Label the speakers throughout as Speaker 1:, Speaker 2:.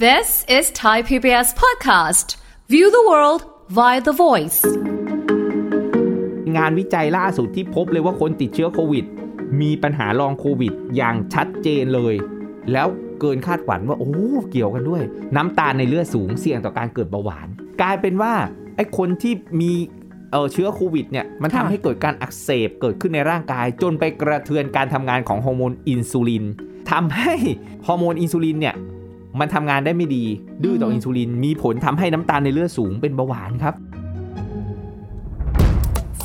Speaker 1: This is Thai PBS podcast. View the world via the voice.
Speaker 2: งานวิจัยล่าสุดที่พบเลยว่าคนติดเชื้อโควิด มีปัญหาลองโควิดอย่างชัดเจนเลย แล้วเกินคาดหวังว่า โอ้เกี่ยวกันด้วย น้ำตาลในเลือดสูงเสี่ยงต่อการเกิดเบาหวาน กลายเป็นว่าไอ้คนที่มีเออเชื้อโควิดเนี่ยมันทำ
Speaker 3: ค่ะ
Speaker 2: ให้เกิดการอักเสบเกิดขึ้นในร่างกาย จนไปกระเทือนการทำงานของฮอร์โมนอินซูลินทำให้ฮอร์โมนอินซูลินเนี่ยมันทำงานได้ไม่ดี ดื้อต่ออินซูลิน มีผลทำให้น้ำตาลในเลือดสูงเป็นเบาหวานครับ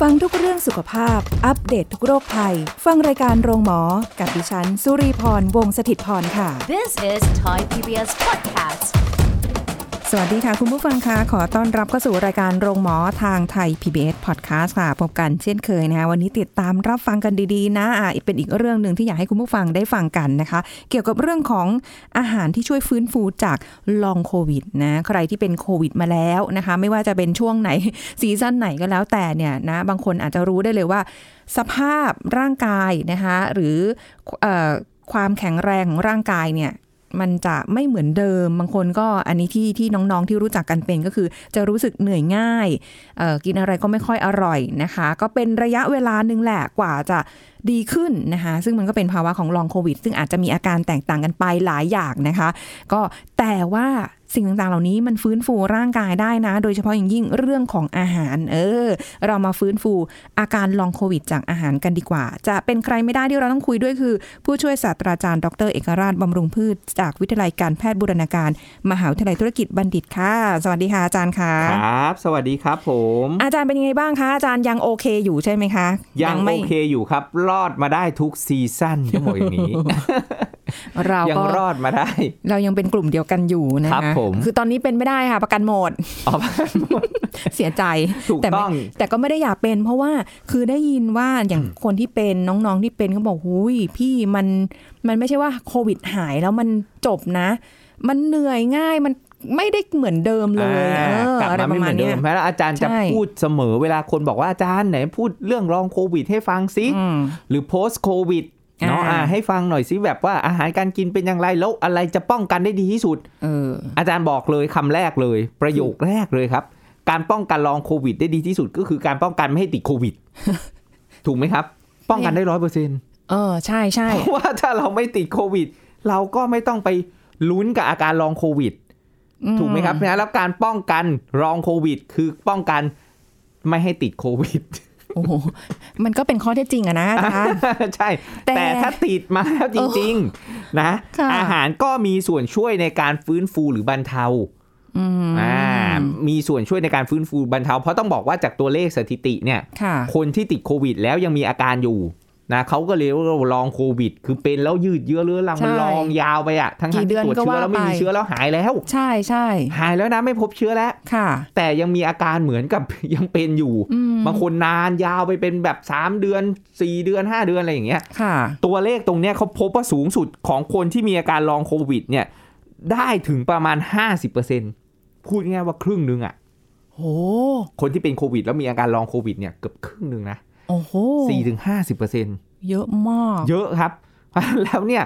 Speaker 3: ฟังทุกเรื่องสุขภาพ อัปเดตทุกโรคภัย ฟังรายการโรงหมอ กับดิฉัน สุรีพร วงศิตพรค่ะ
Speaker 1: This is Thai PBS podcast.
Speaker 3: สวัสดีค่ะ คุณผู้ฟังคะขอต้อนรับเข้าสู่รายการโรงหมอทางไทย PBS Podcast ค่ะ พบกันเช่นเคยนะคะวันนี้ติดตามรับฟังกันดีๆ นะอ่ะเป็นอีกเรื่องหนึ่งที่อยากให้คุณผู้ฟังได้ฟังกันนะคะ เกี่ยวกับเรื่องของอาหารที่ช่วยฟื้นฟูจากลองโควิดนะใครที่เป็นโควิดมาแล้วนะคะ ไม่ว่าจะเป็นช่วงไหน ซีซั่นไหนก็แล้วแต่เนี่ยนะบางคนอาจจะรู้ได้เลยว่า สภาพร่างกายนะคะหรือเอ่อความแข็งแรงของร่างกายเนี่ย มันจะไม่เหมือนเดิมบางคนก็อันนี้ที่ที่น้องๆที่รู้จักกันเป็นก็คือ จะรู้สึกเหนื่อยง่ายเอ่อกินอะไรก็ไม่ค่อยอร่อยนะคะ ก็เป็นระยะเวลาหนึ่งแหละกว่าจะดีขึ้นนะคะ ซึ่งมันก็เป็นภาวะของลองโควิด ซึ่งอาจจะมีอาการแตกต่างกันไปหลายอย่างนะคะ ก็แต่ว่าสิ่งต่างๆ เหล่านี้มันฟื้นฟูร่างกายได้นะ โดยเฉพาะอย่างยิ่งเรื่องของอาหาร เออ เรามาฟื้นฟูอาการลองโควิดจากอาหารกันดีกว่า จะเป็นใครไม่ได้ที่เราต้องคุยด้วยคือ ผู้ช่วยศาสตราจารย์ดรเอกราชบำรุงพืช จากวิทยาลัยการแพทย์บูรณาการ มหาวิทยาลัยธุรกิจบัณฑิตค่ะ สวัสดีค่ะอาจารย์ค่ะ
Speaker 2: ครับ สวัสดีครับผม
Speaker 3: อาจารย์เป็นยังไงบ้างคะอาจารย์ยังโอเคอยู่ใช่ไหมคะ
Speaker 2: ยัง
Speaker 3: ไม่
Speaker 2: โอเคอยู่ครับ รอดมาได้ทุกซีซั่นทั้งหมดอย่างนี้
Speaker 3: เรา
Speaker 2: ยัง
Speaker 3: ก็
Speaker 2: รอดมาได้
Speaker 3: เรายังเป็นกลุ่มเดียวกันอยู่นะครับคะ
Speaker 2: ผม
Speaker 3: คือตอนนี้เป็นไม่ได้ค่ะประกันหมด
Speaker 2: อ๋อ
Speaker 3: เสียใจ
Speaker 2: ถูก
Speaker 3: แต่
Speaker 2: ต้
Speaker 3: ไม่
Speaker 2: อง
Speaker 3: แต่ก็ไม่ได้อยากเป็น เพราะว่าคือได้ยินว่าอย่างคนที่เป็นน้องๆที่เป็นเขาบอกหุยพี่มันมันไม่ใช่ว่าโควิดหายแล้วมันจบนะ มันเหนื่อยง่ายมันไม่ได้เหมือนเดิมเลย
Speaker 2: อ่า
Speaker 3: เออก
Speaker 2: ลับ
Speaker 3: อะไร
Speaker 2: มา
Speaker 3: ป
Speaker 2: ไม่เห
Speaker 3: ระ
Speaker 2: มื
Speaker 3: มาณ
Speaker 2: อน
Speaker 3: เนี้
Speaker 2: เดิ
Speaker 3: ย
Speaker 2: มแล้วอาจารย์จะ
Speaker 3: ใช่
Speaker 2: พูดเสมอเวลาคนบอกว่าอาจารย์ไหนพูดเรื่องรองโควิดให้ฟังซิ
Speaker 3: อืม
Speaker 2: หรือ post covid เนาะ
Speaker 3: อ่า
Speaker 2: อ่าให้ฟังหน่อยซิแบบว่าอาหารการกินเป็นอย่างไร แล้วอะไรจะป้องกันได้ดีที่สุด
Speaker 3: เออ
Speaker 2: อาจารย์บอกเลยคำแรกเลย ประโยคแรกเลยครับ การป้องกันลองโควิดได้ดีที่สุดก็คือการป้องกันไม่ให้ติดโควิด ถูกไหมครับ ป้องกันได้ร้อยเปอร์เซ็นต
Speaker 3: เออใช่ใช่
Speaker 2: เพราะว่าถ้าเราไม่ติดโควิด เราก็ไม่ต้องไปลุ้นกับอาการลองโควิด ถูกไหมครับนะแล้วการป้องกันลองโควิด คือป้องกันไม่ให้ติดโควิด
Speaker 3: โอ้โหมันก็เป็นข้อเท็จจริงอะนะอาจารย์
Speaker 2: ใช่
Speaker 3: แต่
Speaker 2: แต่ถ้าติดมาแล้วจริง ๆ นะ
Speaker 3: ค่ะ
Speaker 2: อาหารก็มีส่วนช่วยในการฟื้นฟูหรือบรรเทา
Speaker 3: อืม
Speaker 2: อ่ามีส่วนช่วยในการฟื้นฟูบรรเทา เพราะต้องบอกว่าจากตัวเลขสถิติเนี่ย
Speaker 3: ค่ะ
Speaker 2: คนที่ติดโควิดแล้วยังมีอาการอยู่นะเขาก็เลยเรียกว่าลองโควิด คือเป็นแล้วยืดเยื้อเรื้อรังมัน
Speaker 3: ใช่
Speaker 2: ลองยาวไปอะทั้งๆ
Speaker 3: กี่
Speaker 2: ที่
Speaker 3: เดือน
Speaker 2: ตรวจ
Speaker 3: ก็
Speaker 2: เชื้อ
Speaker 3: ว่า
Speaker 2: แล้วไม่
Speaker 3: ไป
Speaker 2: มีเชื้อแล้วหายแล้ว
Speaker 3: ใช่ใช่
Speaker 2: หายแล้วนะไม่พบเชื้อแล้ว
Speaker 3: ค่ะ
Speaker 2: แต่ยังมีอาการเหมือนกับ ยังเป็นอยู่
Speaker 3: อืม
Speaker 2: บางคนนานยาวไปเป็นแบบ 3 เดือน 4 เดือน 5 เดือนอะไรอย่างเงี้ย
Speaker 3: ค่ะ
Speaker 2: ตัวเลขตรงเนี้ยเขาพบว่าสูงสุดของคนที่มีอาการลองโควิดเนี่ยได้ถึงประมาณ 50%พูดง่ายๆว่าครึ่งหนึงอะ
Speaker 3: โห
Speaker 2: คนที่เป็นโควิด แล้วมีอาการลองโควิดเนี่ยเกือบครึ่งหนึงนะ
Speaker 3: โอ้โห
Speaker 2: สี่ถึงห้าสิบเปอร์เซ็น
Speaker 3: เยอะมาก
Speaker 2: เยอะครับ แล้วเนี่ย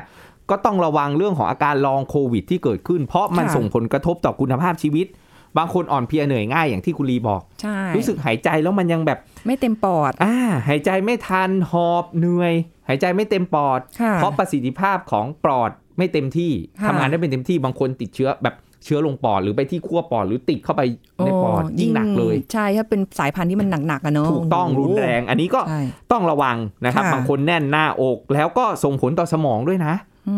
Speaker 2: ก็ต้องระวังเรื่องของอาการลองโควิดที่เกิดขึ้น เพราะมัน
Speaker 3: ค่ะ
Speaker 2: ส่งผลกระทบต่อคุณภาพชีวิต บางคนอ่อนเพลียเหนื่อยง่ายอย่างที่คุณลีบอก
Speaker 3: ใช่
Speaker 2: รู้สึกหายใจแล้วมันยังแบบ
Speaker 3: ไม่เต็มปอด
Speaker 2: อ่าหายใจไม่ทันหอบเหนื่อย หายใจไม่เต็มปอด
Speaker 3: ค่ะ
Speaker 2: เพราะประสิทธิภาพของปอดไม่เต็มที่
Speaker 3: ค่ะ
Speaker 2: ทำงานได้ไม่เต็มที่บางคนติดเชื้อแบบเชื้อลงปอดหรือไปที่ขั้วปอดหรือติดเข้าไปในปอด
Speaker 3: โ
Speaker 2: ยิ่งหนักเลย
Speaker 3: ใช่ถ้าเป็นสายพันธุ์ที่มันหนักๆอะเนาะ
Speaker 2: ถูกต้องรุนแรง อันนี้ก็
Speaker 3: ใช่
Speaker 2: ต้องระวังนะครับ
Speaker 3: ค่ะ
Speaker 2: บางคนแน่นหน้าอกแล้วก็ส่งผลต่อสมองด้วยนะ
Speaker 3: อื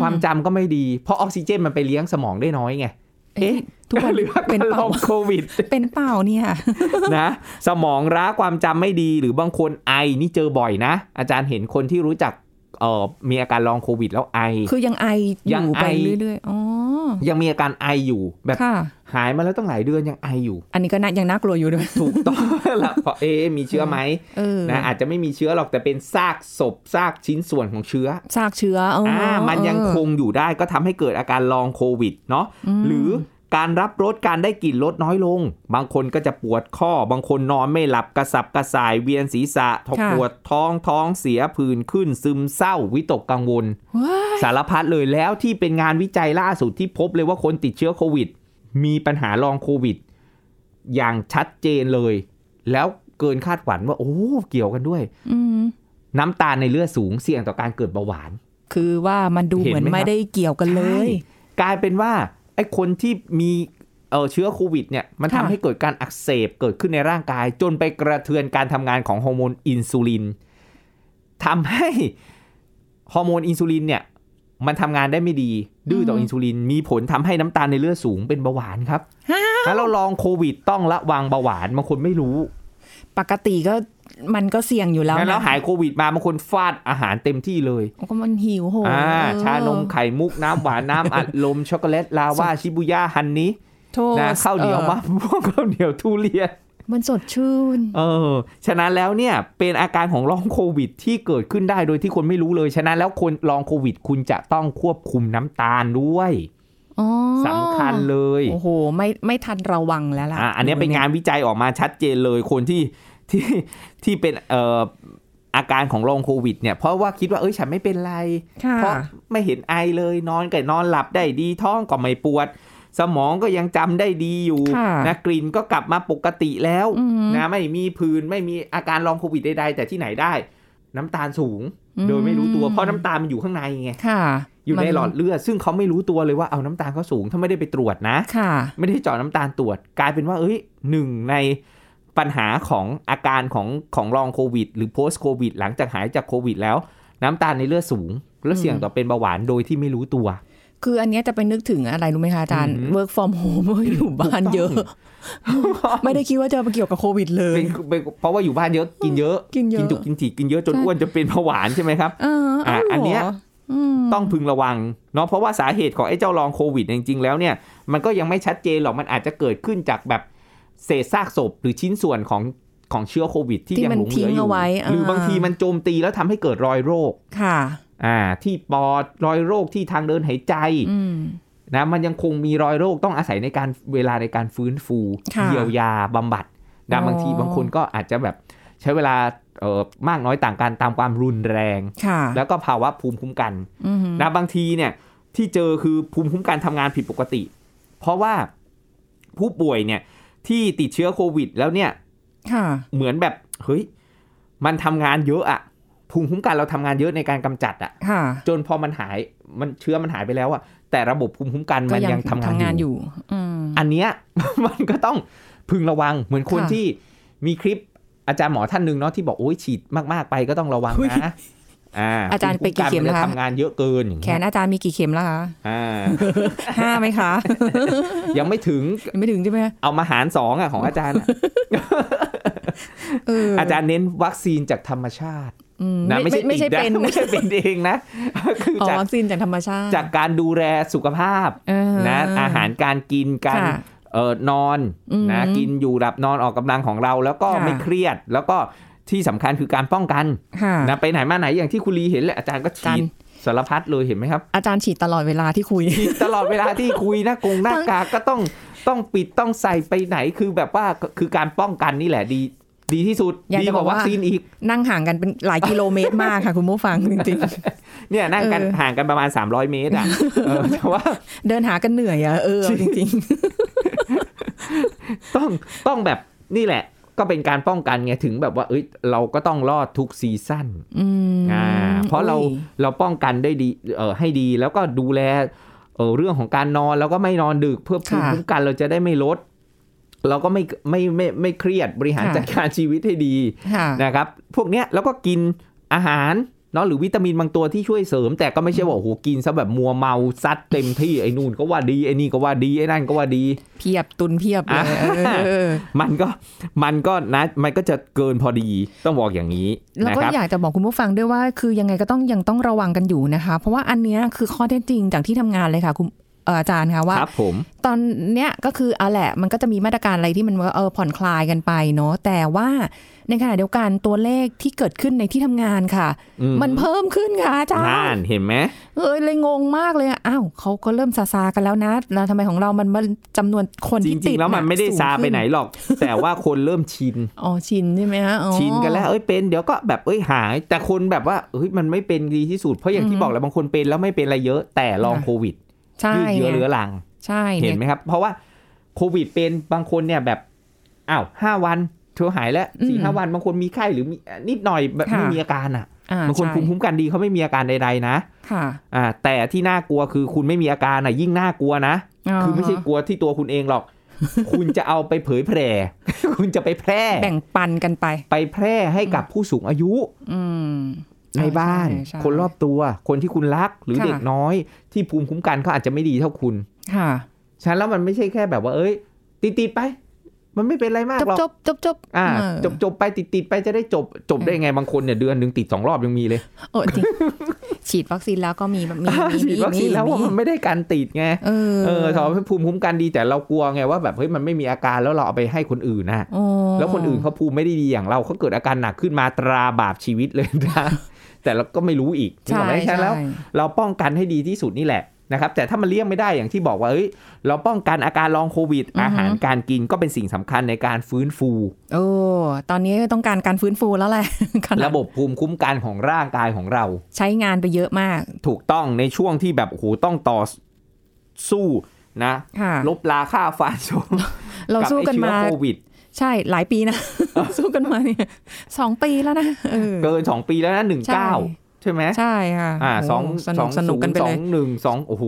Speaker 2: ความจำก็ไม่ดี เพราะออกซิเจนมันไปเลี้ยงสมองได้น้อยไง
Speaker 3: เอ๊ะทุกวัน
Speaker 2: หรือว่า
Speaker 3: เป็น
Speaker 2: การล
Speaker 3: เปล่า
Speaker 2: องโควิด
Speaker 3: เป็นเปล่า เนี่ย
Speaker 2: นะ สมองร้าความจำไม่ดี หรือบางคนไอนี่เจอบ่อยนะ อาจารย์เห็นคนที่รู้จักเอ่อมีอาการลองโควิด แล้วไอ
Speaker 3: คือยังไออ
Speaker 2: ยัง
Speaker 3: ยู่
Speaker 2: ไอ
Speaker 3: ไปเรื่อยๆอ๋อ
Speaker 2: ยังมีอาการไออยู่ แบบ
Speaker 3: ค่ะ
Speaker 2: หายมาแล้วตั้งหลายเดือนยังไออยู่
Speaker 3: อันนี้ก็น่ายังน่ากลัวอยู่ด้วย
Speaker 2: ถูกต้องละ เพราะเอะมีเชื้อไหม
Speaker 3: เออ
Speaker 2: นะอาจจะไม่มีเชื้อหรอกแต่เป็นซากศพซากชิ้นส่วนของเชื้อ
Speaker 3: ซากเชื้อเอออ
Speaker 2: อ่ามันยังคงอยู่ได้ก็ทำให้เกิดอาการลองโควิดเนาะหรือการรับรสการได้กลิ่นรสน้อยลง บางคนก็จะปวดข้อ บางคนนอนไม่หลับกระสับกระส่ายเวียนศีรษะท้องปวดท้องท้องเสียผื่นขึ้นซึมเศร้าวิตกกังวล
Speaker 3: ว้า
Speaker 2: สารพัดเลยแล้วที่เป็นงานวิจัยล่าสุดที่พบเลยว่าคนติดเชื้อโควิด มีปัญหาลองโควิด อย่างชัดเจนเลย แล้วเกินคาดหวังว่า โอ้เกี่ยวกันด้วย
Speaker 3: อืม
Speaker 2: น้ำตาลในเลือดสูงเสี่ยงต่อการเกิดเบาหวาน
Speaker 3: คือว่ามันดู
Speaker 2: เห็น
Speaker 3: เหมือน
Speaker 2: ไหมครับ
Speaker 3: ไม่ได้เกี่ยวกันเลย
Speaker 2: ใช่กลายเป็นว่าไอ้คนที่มีเอ่อเชื้อโควิดเนี่ยมันทำ
Speaker 3: ค่ะ
Speaker 2: ให้เกิดการอักเสบเกิดขึ้นในร่างกาย จนไปกระเทือนการทำงานของฮอร์โมนอินซูลินทำให้ฮอร์โมนอินซูลินเนี่ยมันทำงานได้ไม่ดี ดื้อต่ออินซูลิน มีผลทำให้น้ำตาลในเลือดสูงเป็นเบาหวานครับถ้าเราลองโควิดต้องระวังเบาหวานบางคนไม่รู้
Speaker 3: ปกติก็มันก็เสี่ยงอยู่แล้ว
Speaker 2: งั้นแล้ว
Speaker 3: นะ
Speaker 2: หายโควิดมาบางคนฟาดอาหารเต็มที่เลย
Speaker 3: ก็มันหิวโหย
Speaker 2: อ่า
Speaker 3: เออ
Speaker 2: ชานมไข่มุกน้ำหวาน น้ำอัดลม ช็อกโกแลต ลาวา ชิบุย่าฮันนี้
Speaker 3: โทษ
Speaker 2: นะข้าวเหนียวมะ
Speaker 3: ออ
Speaker 2: ม่วงข้าวเหนียวทุเรียน
Speaker 3: มันสดชื่น
Speaker 2: เออฉะนั้นแล้วเนี่ยเป็นอาการของลองโควิดที่เกิดขึ้นได้โดยที่คนไม่รู้เลย ฉะนั้นแล้วคนลองโควิด คุณจะต้องควบคุมน้ำตาลด้วย
Speaker 3: อ๋อ
Speaker 2: สำคัญเลย
Speaker 3: โอ้โห ไม่ไม่ทันระวังแล้วล่ะ
Speaker 2: อ่ะอันเนี้ยเป็นงานวิจัยออกมาชัดเจนเลยคนที่ ที่ที่เป็นเอ่ออาการของลองโควิดเนี่ยเพราะว่าคิดว่าเอ้ยฉันไม่เป็นไร
Speaker 3: ค่ะ
Speaker 2: เพราะไม่เห็นไอเลยนอนก็นอนหลับได้ดีท้องก็ไม่ปวด สมองก็ยังจำได้ดีอยู่
Speaker 3: ค่ะ
Speaker 2: นะกลิ่นก็กลับมาปกติแล้ว
Speaker 3: อืม
Speaker 2: นะไม่มีผื่นไม่มีอาการลองโควิดใดๆแต่ที่ไหนได้ น้ำตาลสูง
Speaker 3: อืม
Speaker 2: โดยไม่รู้ตัวเพราะน้ำตาลมันอยู่ข้างในไง
Speaker 3: ค่ะ
Speaker 2: อยู่ใน
Speaker 3: มั
Speaker 2: หลอดเลือดซึ่งเขาไม่รู้ตัวเลยว่าเอาน้ำตาลเขาสูงถ้าไม่ได้ไปตรวจนะ
Speaker 3: ค่ะ
Speaker 2: ไม่ได้เจาะน้ำตาลตรวจกลายเป็นว่าเอ้ยหนึ่งในปัญหาของอาการของของลองโควิด หรือ post โควิด หลังจากหายจากโควิดแล้ว น้ำตาลในเลือดสูง และเสี่ยงต่อเป็นเบาหวานโดยที่ไม่รู้ตัว
Speaker 3: คืออันเนี้ยจะไปนึกถึงอะไรรู้ไหมคะอาจารย์
Speaker 2: อืม
Speaker 3: work from home อยู่บ้าน เยอะ ไม่ได้คิดว่าจะมาเกี่ยวกับโควิดเลย
Speaker 2: เป็นเป็นเพราะว่าอยู่บ้านเยอะกินเยอะ
Speaker 3: กินเยอะ
Speaker 2: นจุกกินจีกินเยอะจนอ้วนจะเป็นเบาหวานใช่ไหมครับ
Speaker 3: เออเา
Speaker 2: อ่ะ
Speaker 3: เหร
Speaker 2: อันเนี้ย
Speaker 3: อืม
Speaker 2: ต้องพึงระวังเนาะเพราะว่าสาเหตุของไอ้เจ้าลองโควิดเนี่ยจริงๆแล้วเนี่ยมันก็ยังไม่ชัดเจนหรอกมันอาจจะเกิดขึ้นจากแบบเศษซากศพหรือชิ้นส่วนของของเชื้อโควิด ที่ยังหลงเหลืออยู่หรือบางทีมันโจมตีแล้วทำให้เกิดรอยโรค
Speaker 3: ค่ะ
Speaker 2: อ่าที่ปอดรอยโรคที่ทางเดินหายใจ
Speaker 3: อืม
Speaker 2: นะมันยังคงมีรอยโรคต้องอาศัยในการเวลาในการฟื้นฟู
Speaker 3: ค่ะ
Speaker 2: เยียวยาบำบัดนะ
Speaker 3: อ๋อ
Speaker 2: บางทีบางคนก็อาจจะแบบใช้เวลาเอ่อมากน้อยต่างกันตามความรุนแรง
Speaker 3: ค่ะ
Speaker 2: แล้วก็ภาวะภูมิคุ้มกัน
Speaker 3: อืม
Speaker 2: นะบางทีเนี่ยที่เจอคือภูมิคุ้มกันทำงานผิดปกติ เพราะว่าผู้ป่วยเนี่ยที่ติดเชื้อโควิด แล้วเนี่ย
Speaker 3: ค่ะ
Speaker 2: เหมือนแบบเฮ้ยมันทำงานเยอะอะภูมิคุ้มกันเราทำงานเยอะในการกำจัดอะ
Speaker 3: ค่ะ
Speaker 2: จนพอมันหายมันเชื้อมันหายไปแล้วอะแต่ระบบภูมิคุ้มกัน
Speaker 3: ก็
Speaker 2: มัน
Speaker 3: ยั
Speaker 2: ยัง งทำงาง
Speaker 3: ทำาน น
Speaker 2: อ
Speaker 3: อยู่ ยู่ อืม
Speaker 2: อันเนี้ย มันก็ต้องพึงระวังเหมือนคน
Speaker 3: ค่ะ
Speaker 2: ที่มีคลิปอาจารย์หมอท่านหนึ่งเนาะที่บอกโอ้ยฉีดมากๆไปก็ต้องระวัง
Speaker 3: อุ๊ย
Speaker 2: นะอ่า
Speaker 3: อาจารย์ไปกี่เข็ม
Speaker 2: ภู
Speaker 3: แล้ว
Speaker 2: นน
Speaker 3: คะ
Speaker 2: จทำงานเยอะเกินอย่าง
Speaker 3: แข
Speaker 2: เงี้ย
Speaker 3: นอาจารย์มีกี่เข็มแล้วคะ
Speaker 2: อ่า
Speaker 3: ห้าไหมคะ
Speaker 2: ยังไม่ถึง
Speaker 3: ยังไม่ถึงใช่ไหมคะ
Speaker 2: เอามาหารสองอ่ะของอาจารย์อะ
Speaker 3: เออ
Speaker 2: อา
Speaker 3: อา
Speaker 2: จารย์เน้นวัคซีนจากธรรมชาตินะ
Speaker 3: ไม่
Speaker 2: ไม่ใช่
Speaker 3: ไม่ใช่
Speaker 2: ติด
Speaker 3: เป็น
Speaker 2: นะไม่ใช่เป็นเอง นะคือ
Speaker 3: อ๋อ
Speaker 2: จาก
Speaker 3: วัคซีนจากธรรมชาติ
Speaker 2: จากการดูแลสุขภาพ
Speaker 3: เออ
Speaker 2: นะอาหารการกินการ
Speaker 3: ค่ะ
Speaker 2: เออนอน
Speaker 3: อืม
Speaker 2: นะกินอยู่หลับนอนออกกำลังของเรา แล้วก็
Speaker 3: ค่ะ
Speaker 2: ไม่เครียด แล้วก็ที่สำคัญคือการป้องกัน
Speaker 3: ค่ะ
Speaker 2: นะไปไหนมาไหนอย่างที่คุณลีเห็นแหละอาจารย์ก็
Speaker 3: กั
Speaker 2: ฉี
Speaker 3: น
Speaker 2: ดสารพัดเลยเห็นไหมครับ
Speaker 3: อาจารย์ฉีดตลอดเวลาที่คุย
Speaker 2: ตลอดเวลาที่คุยหน้ากงหน้ากากก็ต้องต้องปิดต้องใส่ไปไหนคือแบบว่าคือการป้องกันนี่แหละดี ดีที่สุด
Speaker 3: อยาก
Speaker 2: ดี
Speaker 3: จะ
Speaker 2: ก
Speaker 3: บอ
Speaker 2: ว่ากวั
Speaker 3: ว่า
Speaker 2: คซีนอีก
Speaker 3: นั่งห่างกันเป็นหลายกิโลเมตรมากค่ะ คุณผู้ฟังจริง
Speaker 2: เนี่ยนั่งกัน
Speaker 3: เออ
Speaker 2: ห่างกันประมาณ 300 เมตรอ่ะเอ อแต่ว่า
Speaker 3: ๆ เดินหากันเหนื่อยอะเออเอาจริง
Speaker 2: ต้องต้องแบบนี่แหละ ก็เป็นการป้องกันไงถึงแบบว่าเอ้ยเราก็ต้องรอดทุกซีซั่น
Speaker 3: ๆ อืม
Speaker 2: อ่าเพราะเรา
Speaker 3: อุ้ย
Speaker 2: เราป้องกันได้ดีเออให้ดีแล้วก็ดูแลเออเรื่องของการนอนแล้วก็ไม่นอนดึกเพื่อภูมิ
Speaker 3: ค่ะ
Speaker 2: คุ้มกันเราจะได้ไม่ลด เราก็ไม่ไม่ไม่ไม่เครียดบริหาร
Speaker 3: ค่ะ
Speaker 2: จัดการชีวิตให้ดี
Speaker 3: ค่ะ
Speaker 2: นะครับ พวกเนี้ยแล้วก็กินอาหารเนาะหรือวิตามินบางตัวที่ช่วยเสริม แต่ก็ไม่ใช่ว่าโอ้โหกินซะแบบมัวเมาซัดเต็มที่ไอ้นู่นก็ว่าดีไอ้นี่ก็ว่าดีไอ้นั่นก็ว่าดี
Speaker 3: เพียบตุนเพียบเลยเออเออ
Speaker 2: มันก็มันก็นะมันก็จะเกินพอดีต้องบอกอย่างนี้
Speaker 3: แล้ว
Speaker 2: นะ
Speaker 3: ก็
Speaker 2: ครับ
Speaker 3: อยากจะบอกคุณผู้ฟังด้วยว่า คือยังไงก็ต้องยังต้องระวังกันอยู่นะคะ เพราะว่าอันเนี้ยคือข้อเท็จจริงจากที่ทำงานเลยค่ะคุณ เอ่ออาจารย์ค่ะว่า
Speaker 2: ครับผม
Speaker 3: ตอนเนี้ยก็คือเอาแหละมันก็จะมีมาตรการอะไรที่มันว่าเออผ่อนคลายกันไปเนาะแต่ว่าในขณะเดียวกันตัวเลขที่เกิดขึ้นในที่ทำงานค่ะ
Speaker 2: อืม
Speaker 3: มันเพิ่มขึ้นค่ะอาจาร
Speaker 2: นั่น
Speaker 3: ย์
Speaker 2: เห็นไหม
Speaker 3: เอยเลยงงมากเลยอะอ้าวเขาก็เริ่มซาซาๆกันแล้วนะแล้วทำไมของเรามันมันจำนวนคน
Speaker 2: จ
Speaker 3: ที่
Speaker 2: ริ
Speaker 3: ติ
Speaker 2: งๆ
Speaker 3: ด
Speaker 2: แล้วมันไม่ได้
Speaker 3: ะ
Speaker 2: ซาไป
Speaker 3: สูงขึ้
Speaker 2: ไหนหรอก แต่ว่าคนเริ่มชิน
Speaker 3: อ๋อชินใช่ไหมฮะอ๋อ
Speaker 2: ชินกันแล้วเอ้ยเป็นเดี๋ยวก็แบบเอ้ยหาย แต่คนแบบว่าเฮ้ยมันไม่เป็นดีที่สุดเพราะอย่างที่บอกแหล้วบางคนเป็นแล้วไม่เป็นอะไรเยอะ แต่ลอง
Speaker 3: ค่ะ
Speaker 2: โควิด
Speaker 3: ใช่
Speaker 2: ยืดเยื้อเรื้อรัง
Speaker 3: ใช่
Speaker 2: เห็น
Speaker 3: เนี่ย
Speaker 2: ไหมครับ เพราะว่าโควิดเป็นบางคนเนี่ยแบบอ้าวห้าวันเธอหายแล้วสี่
Speaker 3: อืม
Speaker 2: ห้าวันบางคนมีไข้หรือมีนิดหน่อยแบบ
Speaker 3: ค่ะ
Speaker 2: ไม่มีอาการอ่ะ
Speaker 3: อ่
Speaker 2: บางคน
Speaker 3: ใช่
Speaker 2: ภูมิคุ้มกันดีเขาไม่มีอาการใดๆนะ
Speaker 3: ค่ะ
Speaker 2: อ่าแต่ที่น่ากลัวคือคุณไม่มีอาการอ่ะยิ่งน่ากลัวนะ คือไม่ใช่กลัวที่ตัวคุณเองห รอก คุณจะเอาไปเผยแพร่ คุณจะไปแพร่
Speaker 3: แบ่งปันกันไป
Speaker 2: ไปแพร่ให้กับผู้สูงอายุ
Speaker 3: อืม
Speaker 2: ในบ้าน
Speaker 3: ใช่ใช่
Speaker 2: คนรอบตัวคนที่คุณรักหรือ
Speaker 3: ค่ะ
Speaker 2: เด็กน้อย ที่ภูมิคุ้มกันเขาอาจจะไม่ดีเท่าคุณ
Speaker 3: ค่ะ
Speaker 2: ฉะนั้นแล้วมันไม่ใช่แค่แบบว่าเอ้ย ติดติดๆไป มันไม่เป็นไรมาก
Speaker 3: จบ
Speaker 2: หรอก
Speaker 3: จบจบจบ
Speaker 2: อ่า
Speaker 3: เออ
Speaker 2: จบจบๆไปติดติดๆไปจะได้จบจบได้ไงบางคนเนี่ยเดือนหนึ่งติดสองรอบยังมีเลย
Speaker 3: เออจริง ฉีดวัคซีนแล้วก็มี มีมี
Speaker 2: ฉีดวัคซีนแล้วว่ามันไม่ได้การติดไง
Speaker 3: เออ
Speaker 2: เออทำให้ภูมิคุ้มกันดีแต่เรากลัวไงว่าแบบเฮ้ยมันไม่มีอาการแล้วเราเอาไปให้คนอื่นนะ
Speaker 3: โอ้
Speaker 2: แล้วคนอื่นเขาภูมิไม่ได้ดีอย่างเราเขาเกิดอาการหนักขึ้นมาตราบาปชีวิตเลยนะ แต่เราก็ไม่รู้อีก
Speaker 3: ใช่
Speaker 2: ถูกไหม
Speaker 3: ใช่
Speaker 2: ฉะนั้นแล้ว เราป้องกันให้ดีที่สุดนี่แหละนะครับ แต่ถ้ามันเลี่ยงไม่ได้อย่างที่บอกว่าเอ้ยเราป้องกันอาการลองโควิด อาหารการกินก็เป็นสิ่งสำคัญในการฟื้นฟู
Speaker 3: โอ้ตอนนี้ต้องการการฟื้นฟูแล้วแหละ ขนาด
Speaker 2: ระบบภูมิคุ้มกันของร่างกายของเรา
Speaker 3: ใช้งานไปเยอะมาก
Speaker 2: ถูกต้องในช่วงที่แบบโอ้โหต้องต่อสู้นะ
Speaker 3: ค่ะ
Speaker 2: ลบลาค่าฟันชม
Speaker 3: เราสู้กัน
Speaker 2: บ
Speaker 3: มา
Speaker 2: ไอ้เชื้อโควิด
Speaker 3: ใช่หลายปี นะ สู้กันมาเนี่ยสองปีแล้วนะเออ
Speaker 2: เกินสองปีแล้วนะหนึ่งเก้าใช่ไหม
Speaker 3: ใช่ค่ะ
Speaker 2: อ่า
Speaker 3: โ
Speaker 2: สอง
Speaker 3: สนุกสนุกกันไป
Speaker 2: สอ
Speaker 3: เล
Speaker 2: ง
Speaker 3: ย
Speaker 2: หนึ่งสองโอ้โห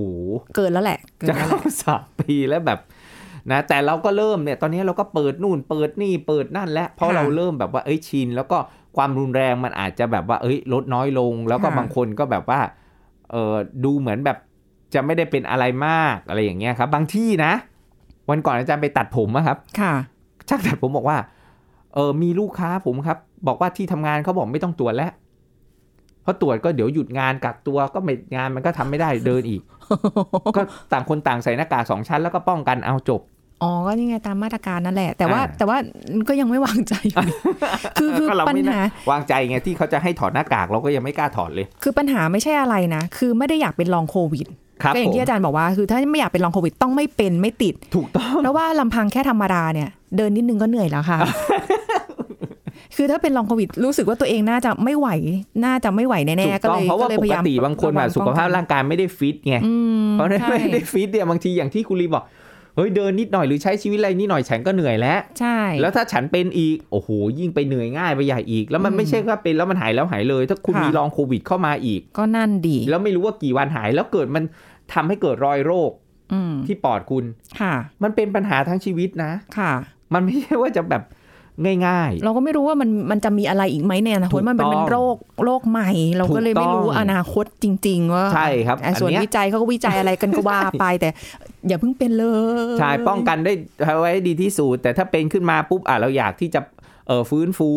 Speaker 3: เกินแล้วแหละเกิน
Speaker 2: จะ
Speaker 3: แล้วแห
Speaker 2: เข้า
Speaker 3: ละ
Speaker 2: สามปีแล้วแบบนะแต่เราก็เริ่มเนี่ยตอนนี้เราก็เปิดนู่นเปิดนี่เปิดนั่นแล้วเพราะเราเริ่มแบบว่าเอ้ยชิน แล้วก็ความรุนแรงมันอาจจะแบบว่าเอ้ยลดน้อยลง แล้วก็บางคนก็แบบว่าเออดูเหมือนแบบจะไม่ได้เป็นอะไรมากอะไรอย่างเงี้ยครับ บางที่นะ วันก่อนอาจารย์ไปตัดผมอะครับ
Speaker 3: ค่ะ
Speaker 2: ช่างตัดผมบอกว่า เออมีลูกค้าผมครับ บอกว่าที่ทำงานเขาบอกไม่ต้องตรวจแล้ว เพราะตรวจก็เดี๋ยวหยุดงานกักตัวก็ไม่งานมันก็ทำไม่ได้เดินอีก ก็ต่างคนต่างใส่หน้ากากสองชั้นแล้วก็ป้องกันเอาจบ
Speaker 3: อ๋อ ก็ยังไงตามมาตรการนั่นแหละ แต่ว่า
Speaker 2: อ่า
Speaker 3: แต่ว่าก็ยังไม่วางใจอยู่ ดีคือคือ
Speaker 2: ก็เรา
Speaker 3: ปัญ
Speaker 2: ไม่
Speaker 3: หา
Speaker 2: น่าวางใจไงที่เขาจะให้ถอดหน้ากากเราก็ยังไม่กล้าถอดเลย
Speaker 3: คือปัญหาไม่ใช่อะไรนะ คือไม่ได้อยากเป็นลองโควิด
Speaker 2: ครับ
Speaker 3: ก็อย่างที่อาจารย์บอกว่า คือถ้าไม่อยากเป็นลองโควิดต้องไม่เป็นไม่ติด
Speaker 2: ถูกต้อง
Speaker 3: เพราะว่าลำพังแค่ธรรมดาเนี่ย เดินนิดนึงก็เหนื่อยแล้ว ค่ะ คือถ้าเป็นลองโควิดรู้สึกว่าตัวเองน่าจะไม่ไหว น่าจะไม่ไหวแน่
Speaker 2: ถู
Speaker 3: ๆ
Speaker 2: ก
Speaker 3: ก็
Speaker 2: ต้อง
Speaker 3: เลย
Speaker 2: เพราะว่า
Speaker 3: ก็เลย
Speaker 2: ป
Speaker 3: พย
Speaker 2: ก
Speaker 3: ยม
Speaker 2: ติบางคนแบบสุขภาพร่างกายไม่ได้ฟิตไง
Speaker 3: อืม
Speaker 2: เพราะฉะนั้น
Speaker 3: ใช่
Speaker 2: ไม่ได้ฟิตเนี่ยบางทีอย่างที่คุณลีบอก เฮ้ยเดินนิดหน่อยหรือใช้ชีวิตอะไรนิดหน่อยฉันก็เหนื่อยแล้ว
Speaker 3: ใช่
Speaker 2: แล้วถ้าฉันเป็นอีก โอ้โห ยิ่งไปเหนื่อยง่ายไปใหญ่อีก แล้วมันไม่ใช่ว่าเป็นแล้วมันหายแล้วหายเลย ถ้าคุณมีลองโควิดเข้ามาอีก
Speaker 3: ก็นั่นดี
Speaker 2: แล้วไม่รู้ว่ากี่วันหายแล้วเกิดมันทำให้เกิดรอยโรค
Speaker 3: อืม
Speaker 2: ที่ปอดคุณ
Speaker 3: ค่ะ
Speaker 2: มันเป็นปัญหาทั้งชีวิตนะ
Speaker 3: ค่ะ
Speaker 2: มันไม่ใช่ว่าจะแบบง่าย
Speaker 3: เราก็ไม่รู้ว่ามันมันจะมีอะไรอีกไหมในอนาค
Speaker 2: ถู
Speaker 3: ต
Speaker 2: กต้อง
Speaker 3: มันเป็นโรคโรคใหม่ เราก็เลย
Speaker 2: ถูกต้
Speaker 3: ไม่
Speaker 2: อง
Speaker 3: รู้อนาคตจริง ๆ ว่า
Speaker 2: ใช่ครับ
Speaker 3: อ่ะส่ว
Speaker 2: อั
Speaker 3: น
Speaker 2: นเนี้ย
Speaker 3: วิจัยเขาก็วิจัยอะไรกันก็ว่าไปแต่ อย่าเพิ่งเป็นเลย
Speaker 2: ๆ ใช่ป้องกันได้ไว้ดีที่สุด แต่ถ้าเป็นขึ้นมาปุ๊บอ่ะเราอยากที่จะเออฟื้นฟู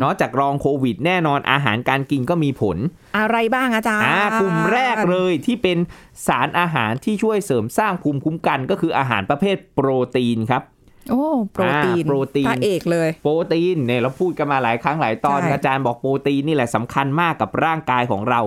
Speaker 2: เนาะจากรองโควิด แน่นอนอาหารการกินก็มีผล
Speaker 3: อะไรบ้างอาจารย์
Speaker 2: อ่ากลุ่มแรกเลยที่เป็นสารอาหารที่ช่วยเสริมสร้างภูมิคุ้มกัน ก็คืออาหารประเภทโปรตีนครับ
Speaker 3: โอ้โปรตีน
Speaker 2: อ่าโปรตีน
Speaker 3: พระเอกเลย
Speaker 2: โปรตีนเนี่ยเราพูดกันมาหลายครั้งหลายตอน
Speaker 3: ใช่
Speaker 2: อาจารย์บอกโปรตีนนี่แหละสำคัญมากกับร่างกายของเรา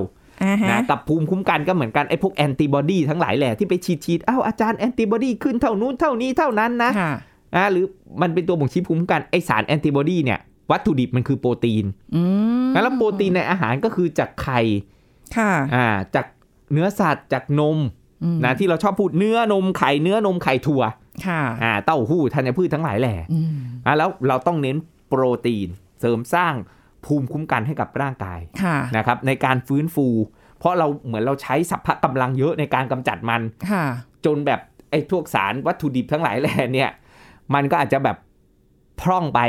Speaker 3: อ่าฮะ
Speaker 2: นะกับภูมิคุ้มกันก็เหมือนกันไอ้พวกแอนติบอดีทั้งหลายแหละที่ไปฉีดฉีดๆอ้าวอาจารย์แอนติบอดีขึ้นเท่านู้นเท่านี้เท่านั้นนะ
Speaker 3: ค่ะ
Speaker 2: อ่าหรือมันเป็นตัวบ่งชี้ภูมิคุ้มกันไอสารแอนติบอดีเนี่ยวัตถุดิบมันคือโปรตีน
Speaker 3: อืม
Speaker 2: งั้นแล้วโปรตีนในอาหารก็คือจากไข่
Speaker 3: ค่ะ
Speaker 2: อ่าจากเนื้อสัตว์จากนม
Speaker 3: อืม
Speaker 2: นะที่เราชอบพูดเนื้อนมไข่เนื้อนมไข่ถั่ว
Speaker 3: ค่ะ
Speaker 2: อ่าเต้าหู้ธัญพืชทั้งหลายแหละ
Speaker 3: อืม
Speaker 2: อ่าแล้วเราต้องเน้นโปรตีน เสริมสร้างภูมิคุ้มกันให้กับร่างกาย
Speaker 3: ค่ะ
Speaker 2: นะครับในการฟื้นฟู เพราะเราเหมือนเราใช้สัพพะกำลังเยอะในการกำจัดมัน
Speaker 3: ค่ะ
Speaker 2: จนแบบไอ้พวกสารวัตถุดิบทั้งหลายแหล่เนี่ย มันก็อาจจะแบบพร่องไป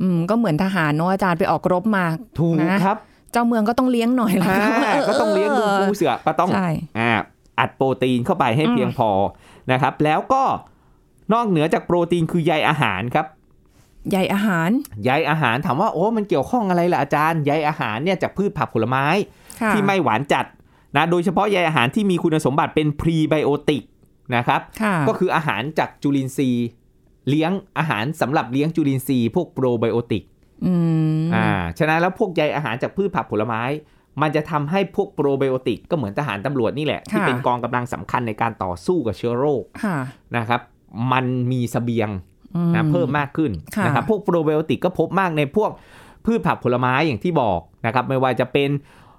Speaker 3: อืมก็เหมือนทหารเนอะอาจารย์ไปออกรบมา
Speaker 2: ถูก
Speaker 3: นะ
Speaker 2: ครับ
Speaker 3: เจ้าเมืองก็ต้องเลี้ยงหน่อยละ
Speaker 2: อ่าก็ต้องเลี้ยงดูปูเสือก็ต้อง
Speaker 3: ใช่
Speaker 2: อ่าอัดโปรตีนเข้าไปให้
Speaker 3: อืม
Speaker 2: เพียงพอนะครับ แล้วก็นอกเหนือจากโปรตีนคือใยอาหารครับ
Speaker 3: ใหญ่อาหาร
Speaker 2: ใยอาหารถามว่าโอ้มันเกี่ยวข้องอะไรล่ะอาจารย์ใยอาหารเนี่ยจากพืชผักผลไม้
Speaker 3: ค่ะ
Speaker 2: ที่ไม่หวานจัดนะโดยเฉพาะใยอาหารที่มีคุณสมบัติเป็นพรีไบโอติก นะครับ
Speaker 3: ค่ะ
Speaker 2: ก็คืออาหารจากจุลินทรีย์ เลี้ยงอาหารสำหรับเลี้ยงจุลินทรีย์พวกโปรไบโอติก
Speaker 3: อืม
Speaker 2: อ่า ฉะนั้นแล้วพวกใยอาหารจากพืชผักผลไม้ มันจะทำให้พวกโปรไบโอติกก็เหมือนทหารตำรวจนี่แหละ ที่เป็นกองกำลังสำคัญในการต่อสู้กับเชื้อโรค
Speaker 3: ค่ะ
Speaker 2: นะครับ มันมีเสบียง
Speaker 3: อื
Speaker 2: นะเพิ่มมากขึ้น
Speaker 3: ค่ะ
Speaker 2: นะครับพวกโปรไบโอติกก็พบมากในพวกพืชผักผลไม้อย่างที่บอกนะครับไม่ว่าจะเป็น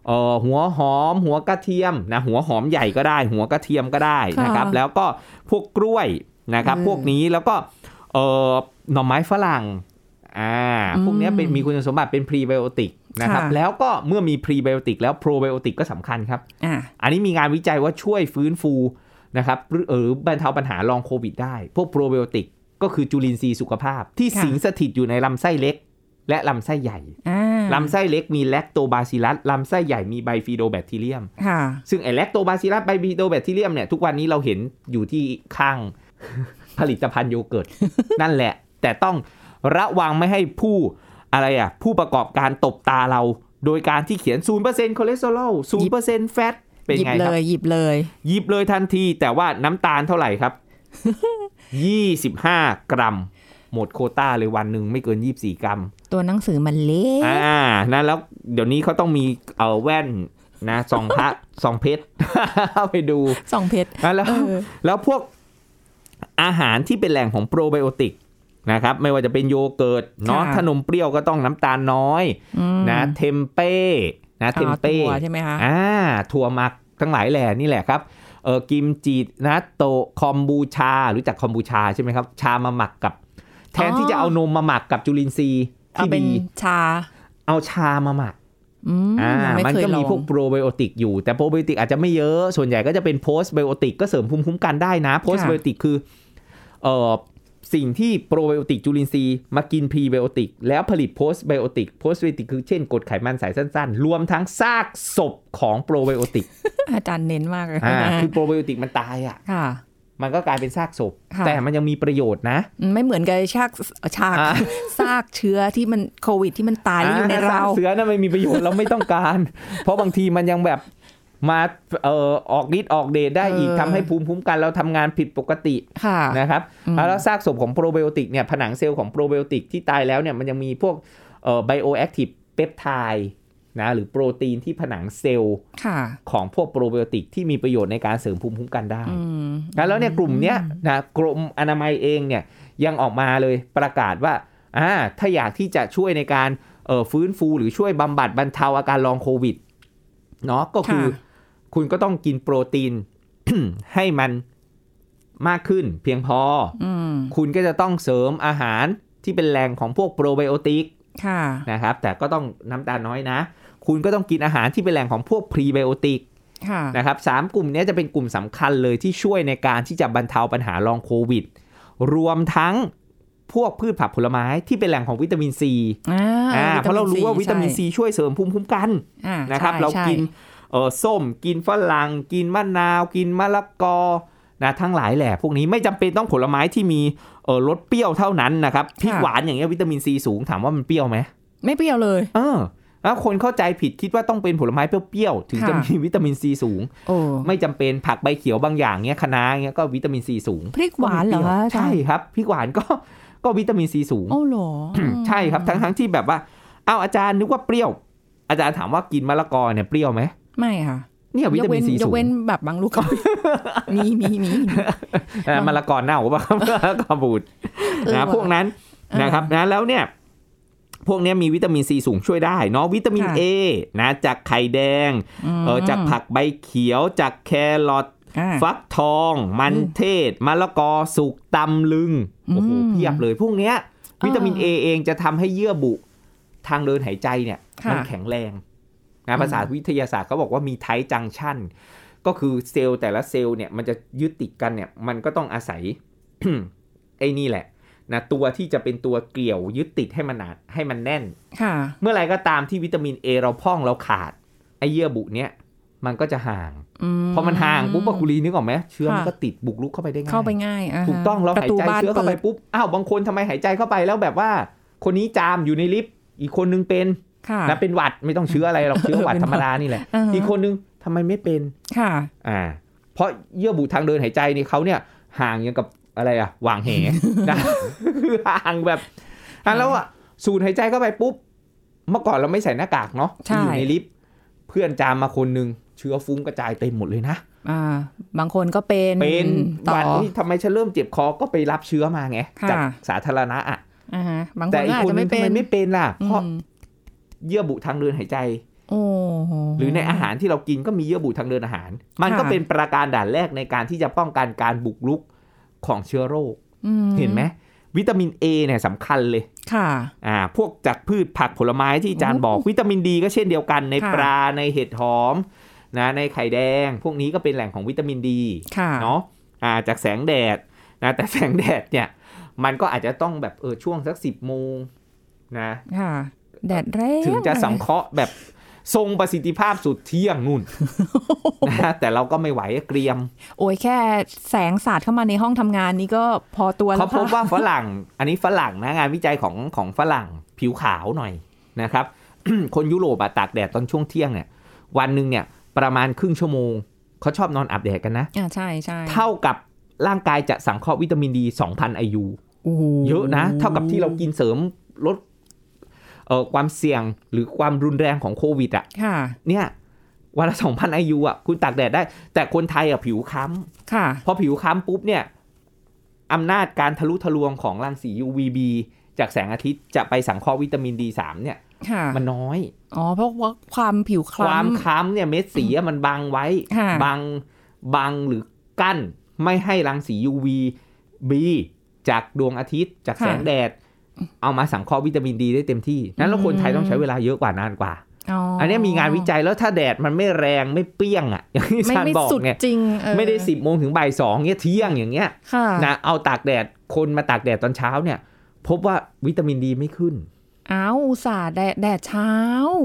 Speaker 2: เอ่อหัวหอม หัวกระเทียมนะหัวหอมใหญ่ก็ได้ หัวกระเทียมก็ได้นะครับแล้วก็พวกกล้วยนะครับพวกนี้แล้วก็เอ่อหน่อไม้ฝรั่งอ่าพวกเนี้ยเป็นมีคุณสมบัติเป็นพรีไบโอติกนะครับ
Speaker 3: ค่ะ
Speaker 2: แล้วก็เมื่อมีพรีไบโอติกแล้วโปรไบโอติกก็สำคัญครับ
Speaker 3: อ่า
Speaker 2: อันนี้มีงานวิจัยว่าช่วยฟื้นฟูนะครับหรือหรือบรรเทาปัญหาลองโควิดได้ พวกโปรไบโอติกก็คือจุลินทรีย์สุขภาพ ที่
Speaker 3: ค่ะ
Speaker 2: สิงสถิตอยู่ในลำไส้เล็ก และลำไส้ใหญ่
Speaker 3: อ่า
Speaker 2: ลำไส้เล็กมีแลคโตบาซิลัสลำไส้ใหญ่มีไบฟีโดแบคทีเรียม
Speaker 3: ค่ะ
Speaker 2: ซึ่งไอแลคโตบาซิลัสไบฟีโดแบคทีเรียมเนี่ยทุกวันนี้เราเห็นอยู่ที่ข้าง ผลิตภัณฑ์โยเกิร์ต นั่นแหละ แต่ต้องระวังไม่ให้ผู้อะไรอ่ะผู้ประกอบการตบตาเรา โดยการที่เขียน 0%คอเลสเตอรอล 0%แฟต เป็น
Speaker 3: หยิบ
Speaker 2: ไง
Speaker 3: เล
Speaker 2: ครับ
Speaker 3: ยหยิบเลย
Speaker 2: หยิบเลยทันทีแต่ว่าน้ำตาลเท่าไหร่ ครับ 25 กรัม หมดโควต้าเลยวันหนึ่งไม่เกิน 24 กรัม
Speaker 3: ตัวหนังสือมันเล็ก
Speaker 2: อ่านะแล้วเดี๋ยวนี้เขาต้องมีเออแว่นนะ สองพระ สองเพชร เอาไปดู
Speaker 3: สองเพชร
Speaker 2: นะแล้ว
Speaker 3: เออ
Speaker 2: แล้วพวกอาหารที่เป็นแหล่งของโปรไบโอติกนะครับ ไม่ว่าจะเป็นโยเกิร์ตเนาะ
Speaker 3: ค่ะ
Speaker 2: ขนมเปรี้ยวก็ต้องน้ำตาลน้อย
Speaker 3: อืม
Speaker 2: นะเทมเป้นะเทมเป้
Speaker 3: อ๋อถั่วใช่ไหมคะ
Speaker 2: อ่าถั่วหมักทั้งหลายแหล่นี่แหละครับเออกิมจินะโตะคอมบูชารู้จักคอมบูชาใช่ไหมครับ ชามาหมักกับ แทนที่จะเอานมมาหมักกับจุลินทรีย์
Speaker 3: เอา
Speaker 2: ที่
Speaker 3: เป็น
Speaker 2: ดี
Speaker 3: ชา
Speaker 2: เอาชามาหมัก
Speaker 3: อืม
Speaker 2: อ่า
Speaker 3: ยังไม่
Speaker 2: มัน
Speaker 3: เคย
Speaker 2: ก็
Speaker 3: ล
Speaker 2: มี
Speaker 3: อง
Speaker 2: พวกโปรไบโอติกอยู่ แต่โปรไบโอติกอาจจะไม่เยอะ ส่วนใหญ่ก็จะเป็นโพสไบโอติกก็เสริมภูมิคุ้มกันได้นะโพสไบโอติกคือเออสิ่งที่โปรไบโอติกจุลินทรีย์มากินพรีไบโอติกแล้วผลิตโพสไบโอติกโพสไบโอติกคือเช่นกรดไขมันสายสั้นๆ รวมทั้งซากศพของโปรไบโอติก
Speaker 3: อาจารย์เน้นมากเลย
Speaker 2: อ่า
Speaker 3: นะ
Speaker 2: คือโปรไบโอติกมันตายอ่ะ
Speaker 3: ค่ะ
Speaker 2: มันก็กลายเป็นซากศพ
Speaker 3: ค่ะ
Speaker 2: แต่มันยังมีประโยชน์นะ
Speaker 3: ไม่เหมือนกับชากชาก
Speaker 2: อ่า
Speaker 3: ซากเชื้อที่มันโควิดที่มันตายแล้วอยู่ใน
Speaker 2: อ่
Speaker 3: เรา
Speaker 2: ซกเสือนะไม่มีประโยชน์ เราไม่ต้องการ เพราะบางทีมันยังแบบมาเอ่อออกฤทธิ์ออกเดชได้อีก
Speaker 3: เออ
Speaker 2: ทำให้ภูมิคุ้มกันเราทำงานผิดปกติ
Speaker 3: ค่ะ
Speaker 2: นะครับ
Speaker 3: อืม
Speaker 2: แล้วซากศพของโปรไบโอติกเนี่ยผนังเซลล์ของโปรไบโอติกที่ตายแล้วเนี่ยมันยังมีพวกเอ่อไบโอแอคทีฟเปปไทด์นะหรือโปรตีนที่ผนังเซลล์
Speaker 3: ค่ะ
Speaker 2: ของพวกโปรไบโอติกที่มีประโยชน์ในการเสริมภูมิคุ้มกันได้
Speaker 3: อืม
Speaker 2: นะแล้วเนี่ยกลุ่มเนี้ยนะกรมอนามัยเองเนี่ยยังออกมาเลยประกาศว่าอ่าถ้าอยากที่จะช่วยในการเอ่อฟื้นฟูหรือช่วยบำบัดบรรเทาอาการลองโควิดเนาะก็คือ
Speaker 3: ค่ะ
Speaker 2: คุณก็ต้องกินโปรตีน ให้มันมากขึ้นเพียงพอ
Speaker 3: อืม
Speaker 2: อคุณก็จะต้องเสริมอาหารที่เป็นแหล่งของพวกโปรไบโอติก
Speaker 3: ค่ะ
Speaker 2: นะครับ แต่ก็ต้องน้ำตาลน้อยนะ คุณก็ต้องกินอาหารที่เป็นแหล่งของพวกพรีไบโอติก
Speaker 3: ค่ะ
Speaker 2: นะครับสามกลุ่มเนี้ยจะเป็นกลุ่มสำคัญเลยที่ช่วยในการที่จะบรรเทาปัญหาลองโควิด รวมทั้งพวกพืชผักผลไม้ที่เป็นแหล่งของวิตามินซี
Speaker 3: อ่า
Speaker 2: อ่าเพราะเรารู้ว่าวิตามิน
Speaker 3: ใช่
Speaker 2: ซีช่วยเสริมภูมิคุ้มกัน
Speaker 3: อ่า
Speaker 2: นะครับ
Speaker 3: ใช่
Speaker 2: เรา
Speaker 3: ใช่
Speaker 2: กินเออส้ม กินฝรั่งกินมะนาว กินมะละกอนะทั้งหลายแหละ พวกนี้ไม่จำเป็นต้องผลไม้ที่มีเออรสเปรี้ยวเท่านั้นนะครับพริกหวานอย่างเงี้ยวิตามินซีสูงถามว่ามันเปรี้ยวไหม
Speaker 3: ไม่เปรี้ยวเลย
Speaker 2: เออแล้วคนเข้าใจผิดคิดว่าต้องเป็นผลไม้เปรี้ยวๆถึงจะ
Speaker 3: ค่ะ
Speaker 2: มีวิตามินซีสูง
Speaker 3: โอ้
Speaker 2: ไม่จำเป็นผักใบเขียวบางอย่างเนี้ยคะน้าเนี้ยก็วิตามินซีสูง
Speaker 3: พริกหวานเหรอคะ
Speaker 2: ใช่ครับพริกหวานก็ ก็วิตามินซีสูง
Speaker 3: โอ้าเหรอ
Speaker 2: ใช่ครับทั้งทั้งที่แบบว่าอ้าวอาจารย์นึกว่าเปรี้ยว อาจารย์ถามว่ากินมะละกอเนี่ยเปรี้ยวไหม
Speaker 3: ไม่ค่ะ
Speaker 2: เนี่ยวิ
Speaker 3: ยก
Speaker 2: ตามิ
Speaker 3: เว้
Speaker 2: น
Speaker 3: น
Speaker 2: ซี
Speaker 3: ย
Speaker 2: สู
Speaker 3: ก
Speaker 2: ง
Speaker 3: เว้นแบบบางลูกก็ มีมีมี
Speaker 2: เออมะละกอเน่า ป่ะครับมะละกอบูด
Speaker 3: เออ
Speaker 2: นะ
Speaker 3: ว่ะ
Speaker 2: พวกนั้น
Speaker 3: เออ
Speaker 2: นะครับนะแล้วเนี่ยพวกเนี้ยมีวิตามินซีสูงช่วยได้เนาะวิตามิน
Speaker 3: ค่ะ
Speaker 2: เอนะจากไข่แดงเออจากผักใบเขียวจากแครอท
Speaker 3: อ่า
Speaker 2: ฟักทอง มัน
Speaker 3: อืม
Speaker 2: เทศมะละกอสุกตำลึง โอ้โห
Speaker 3: อืม
Speaker 2: เพียบเลย พวกเนี้ย วิตามิน
Speaker 3: เอ
Speaker 2: เอ
Speaker 3: อ
Speaker 2: เองจะทำให้เยื่อบุ ทางเดินหายใจเนี่ย
Speaker 3: ค่ะ
Speaker 2: มันแข็งแรงนะภาษาวิทยาศาสตร์เขาบอกว่ามีไทจังชั่น ก็คือเซลล์แต่ละเซลล์เนี่ย มันจะยึดติดกันเนี่ย มันก็ต้องอาศัย ไอ้นี่แหละนะตัวที่จะเป็นตัวเกี่ยวยึดติดให้มันหนาให้มันแน่น
Speaker 3: ค่ะ
Speaker 2: เมื่อไหรก็ตามที่วิตามินเอเราพร่องเราขาดไอ้เยื่อบุเนี้ยมันก็จะห่าง
Speaker 3: อืม
Speaker 2: พอมันห่างปุ๊บอะคุรีนึกออกไหมเชื้อมัน
Speaker 3: ค่ะ
Speaker 2: ก็ติดบุกรุกเข้าไปได้ง่าย
Speaker 3: เข้าไปง่ายาฮะ
Speaker 2: ถูกต้องเรา
Speaker 3: ป
Speaker 2: หาย
Speaker 3: ระตู
Speaker 2: ใจ
Speaker 3: บ้น
Speaker 2: เชื้อเข้าไป
Speaker 3: ด
Speaker 2: ปุ๊บอ้าวบางคนทำไมหายใจเข้าไปแล้วแบบว่า คนนี้จามอยู่ในลิฟต์อีกคนนึงเป็น
Speaker 3: ค่ะ
Speaker 2: นะเป็นห วัดไม่ต้องเชื้ออะไรหรอกเชื้อหวัด
Speaker 3: เป็นหวัด
Speaker 2: ธรรมดานี่แหละ
Speaker 3: อ่าฮะ
Speaker 2: อีกคนนึงทำไมไม่เป็น
Speaker 3: ค่ะ
Speaker 2: อ่า เพราะเยื่อบุทางเดินหายใจนี่เขาเนี่ยห่างอย่างกับอะไรอะหว่างเห นะคือห่างแบบอ่ะแล้วอะสูดหายใจเข้าไปปุ๊บ เมื่อก่อนเราไม่ใส่หน้ากากเนาะ
Speaker 3: ใช่
Speaker 2: ที่อยู่ในลิฟต์เพื่อนจามมาคนนึงเชื้อฟุ้งกระจายเต็มหมดเลยนะ
Speaker 3: อ่า บางคนก็เป็น
Speaker 2: เป็น
Speaker 3: ต่
Speaker 2: ห
Speaker 3: อ
Speaker 2: วัดอุ๊ยทำไมฉันเริ่มเจ็บคอก็ไปรับเชื้อมาไง
Speaker 3: ค่ะ
Speaker 2: จากสาธารณะอ่ะ
Speaker 3: อ่าฮะบางค
Speaker 2: แต่
Speaker 3: น
Speaker 2: อี
Speaker 3: ก็
Speaker 2: ก
Speaker 3: อาจ
Speaker 2: คน
Speaker 3: จะ
Speaker 2: นึ
Speaker 3: ไม่
Speaker 2: ง
Speaker 3: เป็
Speaker 2: ทำไม
Speaker 3: น
Speaker 2: ไม่เป็นล่ะ
Speaker 3: อื
Speaker 2: เพราะ
Speaker 3: ม
Speaker 2: เยื่อบุทางเดินหายใจ
Speaker 3: โอ้โ
Speaker 2: หรือในอาหารที่เรากินก็มีเยื่อบุทางเดินอาหาร มันก็
Speaker 3: ค่ะ
Speaker 2: เป็นประการด่านแรกในการที่จะป้องกันการบุกรุกของเชื้อโรค
Speaker 3: อื
Speaker 2: เห็นไหมวิตามิน A เนี่ยสำคัญเลย
Speaker 3: ค่ะ
Speaker 2: อ่าพวกจากพืชผักผลไม้ที่อาจารย์บอกวิตามินดีก็เช่นเดียวกันใน
Speaker 3: ค่ะ
Speaker 2: ปลาในเห็ดหอมนะในไข่แดง พวกนี้ก็เป็นแหล่งของวิตามินดี
Speaker 3: ค่ะ
Speaker 2: เนาะอ่าจากแสงแดดนะแต่แสง แดดเนี่ย มันก็อาจจะต้องแบบเออช่วงสักสิบโมงนะ
Speaker 3: ค่ะ แดดแรง
Speaker 2: ถึงจะสังเคราะห์แบบทรงประสิทธิภาพสุดเที่ยง นู่นนะแต่เราก็ไม่ไหวเกรียม
Speaker 3: โอ้ยแค่แสงสาดเข้ามาในห้องทำงานนี้ก็พอตัวแล้
Speaker 2: เขา
Speaker 3: ว
Speaker 2: พบ
Speaker 3: ค่ะ
Speaker 2: ว่าฝรั่ง อันนี้ฝรั่งนะงานวิจัยของของฝรั่งผิวขาวหน่อยนะครับ คนยุโรปอะตากแดดตอนช่วงเที่ยงเนี่ยวันหนึ่งเนี่ยประมาณครึ่งชั่วโมงเขาชอบนอนอาบแดดกันนะ
Speaker 3: อ่าใช่ใช่
Speaker 2: เท่ากับร่างกายจะสังเคราะห์วิตามินดี2,000 IU
Speaker 3: โโห
Speaker 2: เยอะนะ เท่ากับที่เรากินเสริมลดเอ่อความเสี่ยงหรือความรุนแรงของโควิดอ่ะ
Speaker 3: ค่ะ
Speaker 2: เนี่ยวันละสองพันไอยูอ่ะคุณตากแดดได้ แต่คนไทยอ่ะผิวค้
Speaker 3: ค่ะ
Speaker 2: ำพอผิวค้ำปุ๊บเนี่ยอำนาจการทะลุทะลวงของรังสี UVB จากแสงอาทิตย์จะไปสังเคราะห์วิตามิน D3 เนี่ย
Speaker 3: ค่ะ
Speaker 2: มันน้อย
Speaker 3: อ๋อเพราะว่าความผิวค
Speaker 2: ควา
Speaker 3: ล้
Speaker 2: มค้ำเนี่ยเม็ดสีอะมันบังไว้
Speaker 3: ค่ะ
Speaker 2: บังบังหรือกั้นไม่ให้รังสี UVB จากดวงอาทิตย์ จาก
Speaker 3: ค่ะ
Speaker 2: แสงแดด เอามาสังเคราะห์วิตามินดีได้เต็มที่ นั้นแล้วคนไทยต้องใช้เวลาเยอะกว่านานกว่า
Speaker 3: ำอ๋อ
Speaker 2: อั
Speaker 3: อั
Speaker 2: นเนี้ยมีงานวิจัยแล้วถ้าแดดมันไม่แรงไม่เปรี้ยงอ่ะ อย่างที่
Speaker 3: ไม่
Speaker 2: ชาน
Speaker 3: ไม่
Speaker 2: บอก
Speaker 3: สุด
Speaker 2: เนี่ย
Speaker 3: จริงเออ
Speaker 2: ไม่ได้สิบโมงถึงบ่ายสองเนี่ยเที่ยงอย่างเงี้ย
Speaker 3: ค่ะ
Speaker 2: นะเอาตากแดดคนมาตากแดดตอนเช้าเนี่ย พบว่าวิตามินดีไม่ขึ้น
Speaker 3: อ้าวอุตส่าห์แดดแดดเช้า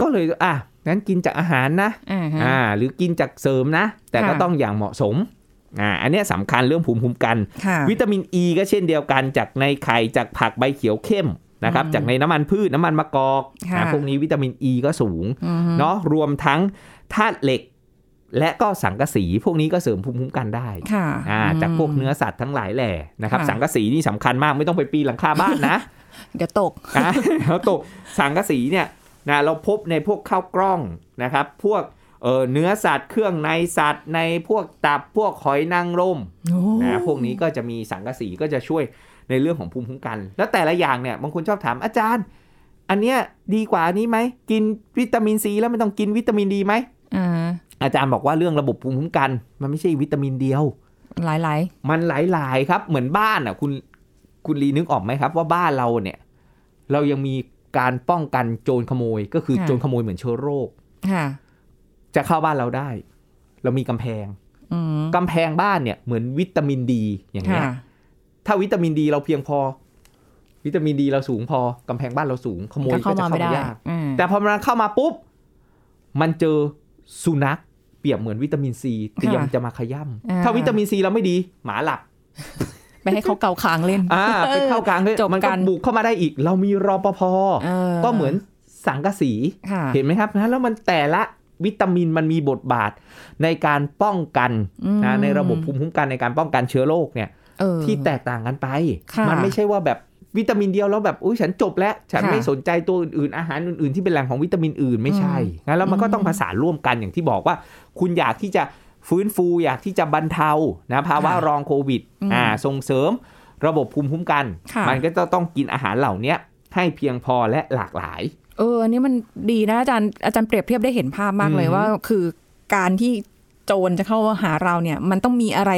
Speaker 2: ก็เลยอ่ะงั้นกินจากอาหารนะ
Speaker 3: อ่าฮะ
Speaker 2: อ่าหรือกินจากเสริมนะ แต่ก็
Speaker 3: ค่ะ
Speaker 2: ต้องอย่างเหมาะสมอ่าอันเนี้ยสำคัญเรื่องภูมิคุ้มกัน
Speaker 3: ค่ะ
Speaker 2: วิตามินอ e ีก็เช่นเดียวกันจากในไข่จากผักใบเขียวเข้มนะครับ
Speaker 3: อืม
Speaker 2: จากในน้ำมันพืชน้ำมันมะกอก
Speaker 3: ค่ะ
Speaker 2: อ่าพวกนี้วิตามินอ e ีก็สูง
Speaker 3: อืม
Speaker 2: เนาะรวมทั้งธาตุเหล็ก และก็สังกะสี พวกนี้ก็เสริมภูมิคุ้มกันได้
Speaker 3: ค่ะ
Speaker 2: อ่าจากพวก
Speaker 3: ม
Speaker 2: เนื้อสัตว์ทั้งหลายแหล่นะครับ
Speaker 3: ค่ะ
Speaker 2: สังกะสีนี่สำคัญมากไม่ต้องไปปีนหลังคาบ้านนะ
Speaker 3: เดี๋ยวตก
Speaker 2: อ่ะ แล้วตกสังกะสีเนี่ยนะเราพบในพวกข้าวกล้องนะครับ พวกเอ่อเนื้อสัตว์เครื่องในสัตว์ในพวกตับพวกหอยนางรมนะพวกนี้ก็จะมีสังกะสีก็จะช่วยในเรื่องของภูมิคุ้มกัน แล้วแต่ละอย่างเนี่ยบางคนชอบถามอาจารย์ อันเนี้ยดีกว่าอันนี้ไหมกินวิตามินซีแล้วไม่ต้องกินวิตามินดีไหม
Speaker 3: อ่า
Speaker 2: อาจารย์บอกว่าเรื่องระบบภูมิคุ้มกัน มันไม่ใช่วิตามินเดียว
Speaker 3: หลายหลาย
Speaker 2: มันหลาย ๆ ครับเหมือนบ้านอ่ะคุณคุณลีนึกออกไหมครับ ว่าบ้านเราเนี่ย เรายังมีการป้องกันโจรขโมย ก็คือโจรขโมยเหมือนเชื้อโรค
Speaker 3: ๆค่ะ
Speaker 2: จะเข้าบ้านเราได้ เรามีกำแพง
Speaker 3: อืม
Speaker 2: กำแพงบ้านเนี่ยเหมือนวิตามินดีอย่างเงี้
Speaker 3: ค่ะ
Speaker 2: ยถ้าวิตามินดีเราเพียงพอ วิตามินดีเราสูงพอกำแพงบ้านเราสูงขโมย
Speaker 3: ก็
Speaker 2: ก็จะเข้า
Speaker 3: เข้ามาไม่ได้
Speaker 2: มายาก
Speaker 3: อืม
Speaker 2: แต่พอมันเข้ามาปุ๊บมันเจอสุนัขเปรียบเหมือนวิตามินซีเตรียม
Speaker 3: ค่ะ
Speaker 2: จะมาขย่
Speaker 3: อ่า
Speaker 2: ำถ้าวิตามินซีเราไม่ดีหมาหลับ
Speaker 3: ไปให้เขาเกาคางเล่น
Speaker 2: อ่าไปเข้ากลางเลย
Speaker 3: จบกัน
Speaker 2: มันก็บุกเข้ามาได้อีก เรามีรปภก็เหมือนสังกะสี
Speaker 3: ค่ะ
Speaker 2: เห็นไหมครับนะแล้วมันแต่ละวิตามินมันมีบทบาทในการป้องกัน
Speaker 3: อืม
Speaker 2: นะในระบบภูมิคุ้มกันในการป้องกันเชื้อโรคเนี่ย
Speaker 3: เออ
Speaker 2: ที่แตกต่างกันไป
Speaker 3: ค่ะ
Speaker 2: มันไม่ใช่ว่าแบบวิตามินเดียวแล้วแบบอุ้ยฉันจบแล้ว ฉัน
Speaker 3: ค่ะ
Speaker 2: ไม่สนใจตัวอื่นๆอาหารอื่นๆที่เป็นแหล่งของวิตามินอื่นไม่ใช่นะแล้วมันก็ต้องผสานร่วมกันอย่างที่บอกว่า คุณอยากที่จะฟื้นฟูอยากที่จะบรรเทานะภาวะ
Speaker 3: ค่ะ
Speaker 2: รองโควิด
Speaker 3: อืม
Speaker 2: อ่าส่งเสริมระบบภูมิคุ้มกัน
Speaker 3: ค่ะ
Speaker 2: มันก็จะต้องกินอาหารเหล่าเนี้ยให้เพียงพอและหลากหลาย
Speaker 3: เอออันนี้มันดีนะอาจารย์อาจารย์เปรียบเทียบได้เห็นภาพมากเลย
Speaker 2: อืม
Speaker 3: ว่า คือการที่โจรจะเข้ามาหาเราเนี่ย มันต้องมีอะไร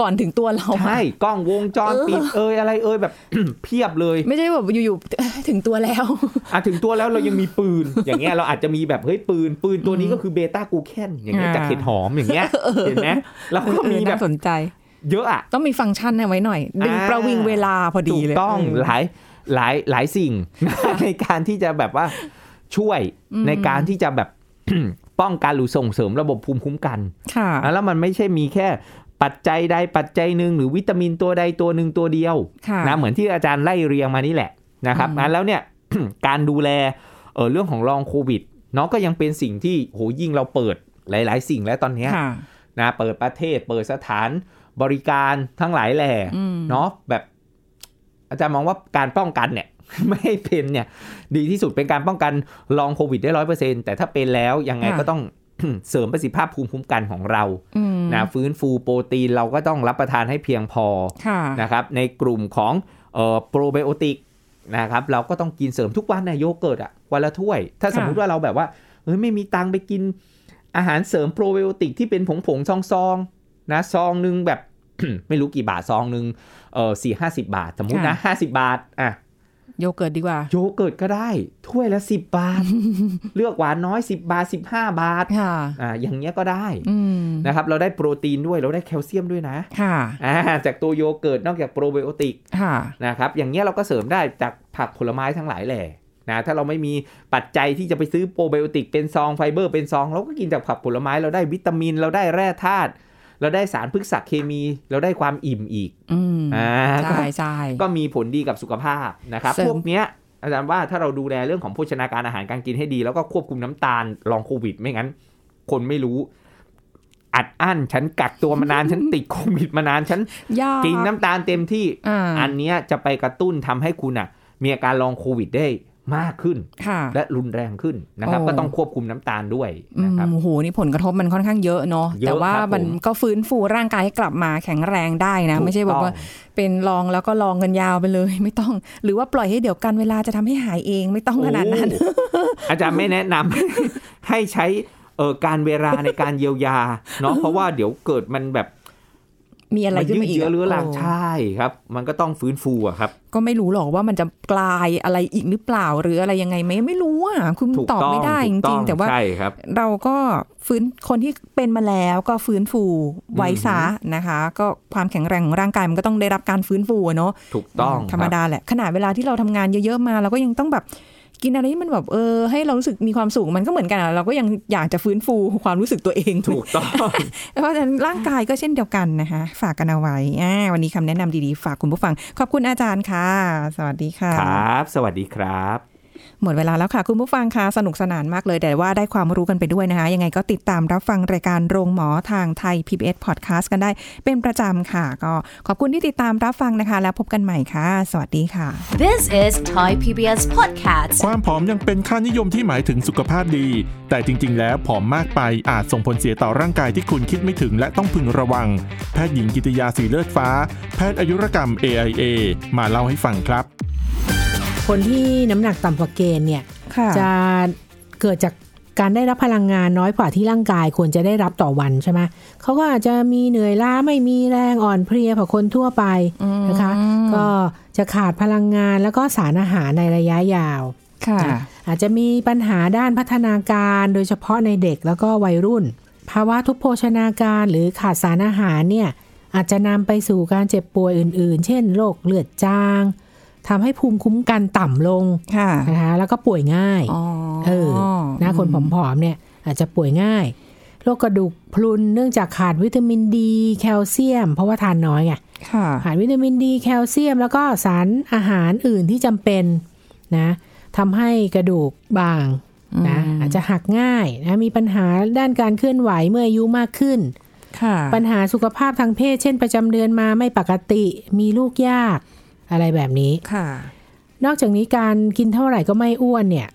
Speaker 3: ก่อนถึงตัวเราอะ
Speaker 2: ใช่กล้องวงจร
Speaker 3: เออ
Speaker 2: ปิดเอยอะไรเอยแบบ เพียบเลย
Speaker 3: ไม่ใช่แบบอยู่ๆเอ้ยถึงตัวแล้ว
Speaker 2: อ่ะถึงตัวแล้วเรายังมีปื น อย่างเงี้ยเราอาจจะมีแบบเฮ้ยปืน ปืนตัวนี้ก็คือเบต้ากูแคนอย่างเงี้ย
Speaker 3: อ่า
Speaker 2: จากเห็ดหอมอย่างเงี้ยเห็นไหมเราก็มี
Speaker 3: เออ
Speaker 2: แบ
Speaker 3: น่า
Speaker 2: บ
Speaker 3: สนใจ
Speaker 2: เยอะอะ
Speaker 3: ต้องมีฟังก์ชันเอาไว้หน่อย ดึง
Speaker 2: อ่า
Speaker 3: ประวิงเวลาพอดี
Speaker 2: ถูก
Speaker 3: เลย
Speaker 2: ต้อง
Speaker 3: เ
Speaker 2: หลายหลายหลายสิ่ง ในการที่จะแบบว่าช่วยในการที่จะแบบ ป้องกันหรือส่งเสริมระบบภูมิคุ้มกัน
Speaker 3: ค่ะ
Speaker 2: แล้วมันไม่ใช่มีแค่ปัจจัยใดปัจจัยหนึ่งหรือวิตามินตัวใดตัวหนึ่งตัวเดียว
Speaker 3: ค่ะ
Speaker 2: นะเหมือนที่อาจารย์ไล่เรียงมานี่แหละนะครับ
Speaker 3: อืม
Speaker 2: งั้นแล้วเนี่ย การดูแลเออเรื่องของรองโควิดเนาะก็ยังเป็นสิ่งที่โหยิ่งเราเปิดหลาย ๆ สิ่งแล้วตอนเนี้ย
Speaker 3: ค่ะ
Speaker 2: นะเปิดประเทศ เปิดสถานบริการทั้งหลายแหล่
Speaker 3: อืม
Speaker 2: เนาะแบบ อาจารย์มองว่าการป้องกันเนี่ย ไม่ให้เป็นเนี่ย ดีที่สุดเป็นการป้องกันลองโควิดได้ร้อยเปอร์เซ็นแต่ถ้าเป็นแล้วยังไง
Speaker 3: ค่ะ
Speaker 2: ก็ต้อง เสริมประสิทธิภาพภูมิคุ้มกันของเรา
Speaker 3: อืม
Speaker 2: นะฟื้นฟูโปรตีนเราก็ต้องรับประทานให้เพียงพอ
Speaker 3: ค่ะ
Speaker 2: นะครับ ในกลุ่มของโปรไบโอติกนะครับ เราก็ต้องกินเสริมทุกวันนะโยเกิร์ตอะวันละถ้วย ถ้าสมมุติว่าเราแบบว่าเอ้ยไม่มีตังค์ไปกินอาหารเสริมโปรไบโอติกที่เป็นผงผงๆซองๆนะซองหนึ่งแบบ ไม่รู้กี่บาทซองหนึ่งเออสี่ห้าสิบาท สมมุตินะห้าสิบาทอ่ะ
Speaker 3: โยเกิร์ตดีกว่า
Speaker 2: โยเกิร์ตก็ได้ถ้วยละสิบบ าท เลือกหวานน้อยสิบบาทสิบห้าบาท
Speaker 3: ค่ะ
Speaker 2: อ่ะอย่างเงี้ยก็ได้
Speaker 3: อืม
Speaker 2: นะครับเราได้โปรตีนด้วยเราได้แคลเซียมด้วยนะ
Speaker 3: ค่ะ
Speaker 2: อ่าจากตัวโยเกิร์ตนอกจากโปรไบโอติก
Speaker 3: ค่ะ
Speaker 2: นะครับอย่างเงี้ยเราก็เสริมได้จากผักผลไม้ทั้งหลายแหล่นะถ้าเราไม่มีปัจจัยที่จะไปซื้อโปรไบโอติกเป็นซองไฟเบอร์เป็นซอง เราก็กินจากผักผลไม้เราได้วิตามิน เราได้แร่ธาตุเราได้สารพฤกษเคมี เราได้ความอิ่มอีก
Speaker 3: อืม
Speaker 2: อ่า
Speaker 3: ใช่ใช่
Speaker 2: ก็มีผลดีกับสุขภาพนะครับ
Speaker 3: เสริม
Speaker 2: พวกเนี้ยอาจารย์ว่าถ้าเราดูแลเรื่องของโภชนาการอาหารการกินให้ดี แล้วก็ควบคุมน้ำตาลลองโควิด ไม่งั้น คนไม่รู้ อัดอั้นฉันกักตัวมานาน ฉันติดโควิดมานานฉัน
Speaker 3: ยาก
Speaker 2: กินน้ำตาลเต็มที่
Speaker 3: อ่า
Speaker 2: อันเนี้ยจะไปกระตุ้นทำให้คุณอ่ะ มีอาการลองโควิดได้มากขึ้น
Speaker 3: ค่ะ
Speaker 2: และรุนแรงขึ้นนะครับ
Speaker 3: โอ้
Speaker 2: ก็ต้องควบคุมน้ำตาลด้วย
Speaker 3: อื
Speaker 2: นะ
Speaker 3: ม
Speaker 2: ครับ
Speaker 3: โอ้โหนี่ผลกระทบมันค่อนข้างเยอะเนาะ
Speaker 2: เยอะ
Speaker 3: แต่ว่า
Speaker 2: ครับ
Speaker 3: มัน
Speaker 2: ผม
Speaker 3: ก็ฟื้นฟูร่างกายให้กลับมาแข็งแรงได้นะ
Speaker 2: ถูก
Speaker 3: ไม่ใช่แบบว่า
Speaker 2: ต้อง
Speaker 3: เป็นลองแล้วก็ลองกันยาวไปเลย ไม่ต้อง หรือว่าปล่อยให้เดี๋ยวกันเวลาจะทำให้หายเองไม่ต้องขนาดนั้น
Speaker 2: โอ้อาจารย์ไม่แนะนำ ให้ใช้เอ่อการเวลาในการเยียวยาเนาะเพ ราะว่าเดี๋ยวเกิดมันแบบ
Speaker 3: มีอะไร
Speaker 2: มั
Speaker 3: ขึ้น
Speaker 2: ยื
Speaker 3: มา
Speaker 2: ด
Speaker 3: อีก
Speaker 2: เยื้อเรื้อรัง
Speaker 3: โ
Speaker 2: ใช่ครับ มันก็ต้องฟื้นฟูอะครับ
Speaker 3: ก็ไม่รู้หรอกว่ามันจะกลายอะไรอีกหรือเปล่าหรืออะไรยังไงไหมไม่รู้อ่ะคุณ
Speaker 2: ถูก
Speaker 3: ตอบ
Speaker 2: ต้อง
Speaker 3: ไม่ได้จ
Speaker 2: ถูก
Speaker 3: ริง
Speaker 2: อง
Speaker 3: ๆแต่ว่า
Speaker 2: ใช่ครับ
Speaker 3: เราก็ฟื้นคนที่เป็นมาแล้วก็ฟื้นฟูไว้ซะนะคะ ก็ความแข็งแรงของร่างกายมันก็ต้องได้รับการฟื้นฟูอะเนาะ
Speaker 2: ถูกต้อง
Speaker 3: ธรรม
Speaker 2: คบ
Speaker 3: ดาแหละ ขนาดเวลาที่เราทำงานเยอะๆมา เราก็ยังต้องแบบกินอะไรที่มันแบบเออให้เรารู้สึกมีความสุขมันก็เหมือนกันอะเราก็ยังอยากจะฟื้นฟูความรู้สึกตัวเอง
Speaker 2: ถูกต้อง
Speaker 3: เพราะฉะนั้นร่างกายก็เช่นเดียวกันนะคะ ฝากกันเอาไว้อ่าวันนี้คำแนะนำดีๆ ฝากคุณผู้ฟัง ขอบคุณอาจารย์ค่ะ สวัสดีค่ะ
Speaker 2: ครับ สวัสดีครับ
Speaker 3: หมดเวลาแล้วค่ะ คุณผู้ฟังคะสนุกสนานมากเลย แต่ว่าได้ความรู้กันไปด้วยนะคะ ยังไงก็ติดตามรับฟังรายการโรงหมอทางไทย PBS Podcast กันได้เป็นประจำค่ะ ก็ขอบคุณที่ติดตามรับฟังนะคะ แล้วพบกันใหม่ค่ะ สวัสดีค่ะ
Speaker 1: This is Thai PBS Podcast
Speaker 4: ความผอมยังเป็นค่านิยมที่หมายถึงสุขภาพดี แต่จริง ๆ แล้วผอมมากไปอาจส่งผลเสียต่อร่างกายที่คุณคิดไม่ถึงและต้องพึงระวัง แพทย์หญิงกิติยาสีเลือดฟ้า แพทย์อายุรกรรม AIA มาเล่าให้ฟังครับ
Speaker 5: คนที่น้ำหนักต่ำกว่าเกณฑ์เนี่ย
Speaker 3: ค่ะ
Speaker 5: จะเกิดจากการได้รับพลังงานน้อยกว่าที่ร่างกายควรจะได้รับต่อวันใช่ไหมเขาก็อาจจะมีเหนื่อยล้าไม่มีแรงอ่อนเพลียกว่าคนทั่วไปนะคะ ก็จะขาดพลังงานแล้วก็สารอาหารในระยะยาว
Speaker 3: ค่ะ
Speaker 5: อาจจะมีปัญหาด้านพัฒนาการโดยเฉพาะในเด็กแล้วก็วัยรุ่น ภาวะทุพโภชนาการหรือขาดสารอาหารเนี่ยอาจจะนำไปสู่การเจ็บป่วยอื่นๆ เช่นโรคเลือดจางทำให้ภูมิคุ้มกันต่ำลง
Speaker 3: ค่ะ
Speaker 5: นะคะแล้วก็ป่วยง่าย
Speaker 3: อ๋อ
Speaker 5: เออ นะคนผอมๆเนี่ยอาจจะป่วยง่าย โรคกระดูกพรุนเนื่องจากขาดวิตามินดี แคลเซียม เพราะว่าทานน้อยไง
Speaker 3: ค่ะ
Speaker 5: ขาดวิตามินดีแคลเซียม แล้วก็สารอาหารอื่นที่จำเป็นนะทำให้กระดูกบางนะอาจจะหักง่ายนะมีปัญหาด้านการเคลื่อนไหวเมื่ออายุมากขึ้น
Speaker 3: ค่ะ
Speaker 5: ปัญหาสุขภาพทางเพศ เช่นประจำเดือนมาไม่ปกติมีลูกยากอะไรแบบนี้
Speaker 3: ค่ะ
Speaker 5: นอกจากนี้การกินเท่าไหร่ก็ไม่อ้วนเนี่ย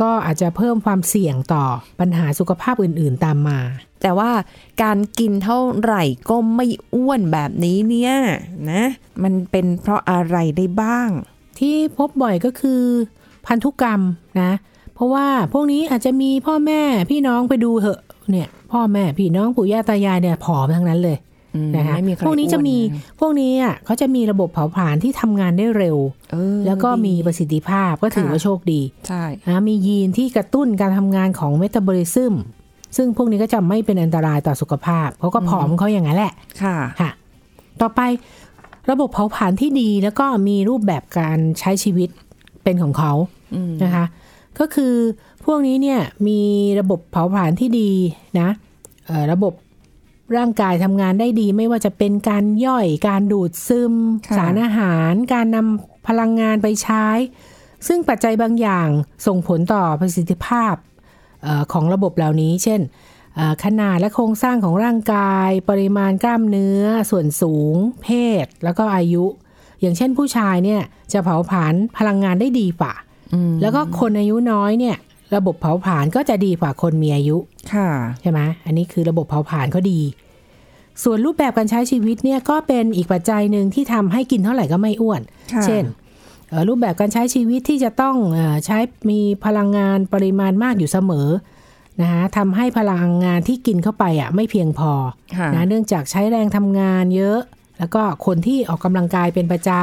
Speaker 5: ก็อาจจะเพิ่มความเสี่ยงต่อปัญหาสุขภาพอื่นๆตามมา
Speaker 3: แต่ว่าการกินเท่าไหร่ก็ไม่อ้วนแบบนี้เนี่ยนะ มันเป็นเพราะอะไรได้บ้าง
Speaker 5: ที่พบบ่อยก็คือพันธุกรรมนะ เพราะว่าพวกนี้อาจจะมีพ่อแม่พี่น้องไปดูเหอะเนี่ย พ่อแม่พี่น้องปู่ย่าตายายเนี่ยผอมทั้งนั้นเลย
Speaker 3: อืม
Speaker 5: นะคะ
Speaker 3: ไม่มีใคร
Speaker 5: พวกนี้จะมี
Speaker 3: อ้วนน
Speaker 5: พวกนี้อ่ะเขาจะมีระบบเผาผลาญที่ทำงานได้เร็ว
Speaker 3: เออ
Speaker 5: แล้วก็มี
Speaker 3: ดี
Speaker 5: ประสิทธิภาพก็ถือ
Speaker 3: ค่ะ
Speaker 5: ว่าโชคดี
Speaker 3: ใช่
Speaker 5: นะมียีนที่กระตุ้นการทำงานของเมตาบอลิซึมซึ่งพวกนี้ก็จะไม่เป็นอันตรายต่อสุขภาพเขาก็ผอมเขาอย่างนั้นแหละ
Speaker 3: ค่ะ
Speaker 5: ค่ะ ต่อไประบบเผาผลาญที่ดีแล้วก็มีรูปแบบการใช้ชีวิตเป็นของเขานะคะ ก็คือพวกนี้เนี่ยมีระบบเผาผลาญที่ดีนะเอ่อระบบร่างกายทำงานได้ดี ไม่ว่าจะเป็นการย่อยการดูดซึม
Speaker 3: ค่ะ
Speaker 5: สารอาหาร การนำพลังงานไปใช้ ซึ่งปัจจัยบางอย่างส่งผลต่อประสิทธิภาพเออของระบบเหล่านี้ เช่น เอ่อขนาดและโครงสร้างของร่างกาย ปริมาณกล้ามเนื้อ ส่วนสูง เพศ แล้วก็อายุ อย่างเช่นผู้ชายเนี่ยจะเผาผลาญพลังงานได้ดีกว่าแล้วก็คนอายุน้อยเนี่ย ระบบเผาผลาญก็จะดีกว่าคนมีอายุ
Speaker 3: ค่ะ
Speaker 5: ใช่ไหมอันนี้คือระบบเผาผลาญเขาดี ส่วนรูปแบบการใช้ชีวิตเนี่ยก็เป็นอีกปัจจัยหนึ่งที่ทำให้กินเท่าไหร่ก็ไม่อ้วน
Speaker 3: ค่ะ
Speaker 5: เช่นเอ่อรูปแบบการใช้ชีวิตที่จะต้องเออใช้มีพลังงานปริมาณมากอยู่เสมอนะคะทำให้พลังงานที่กินเข้าไปอ่ะไม่เพียงพอ
Speaker 3: ค่ะ
Speaker 5: นะเนื่องจากใช้แรงทำงานเยอะ แล้วก็คนที่ออกกำลังกายเป็นประจำ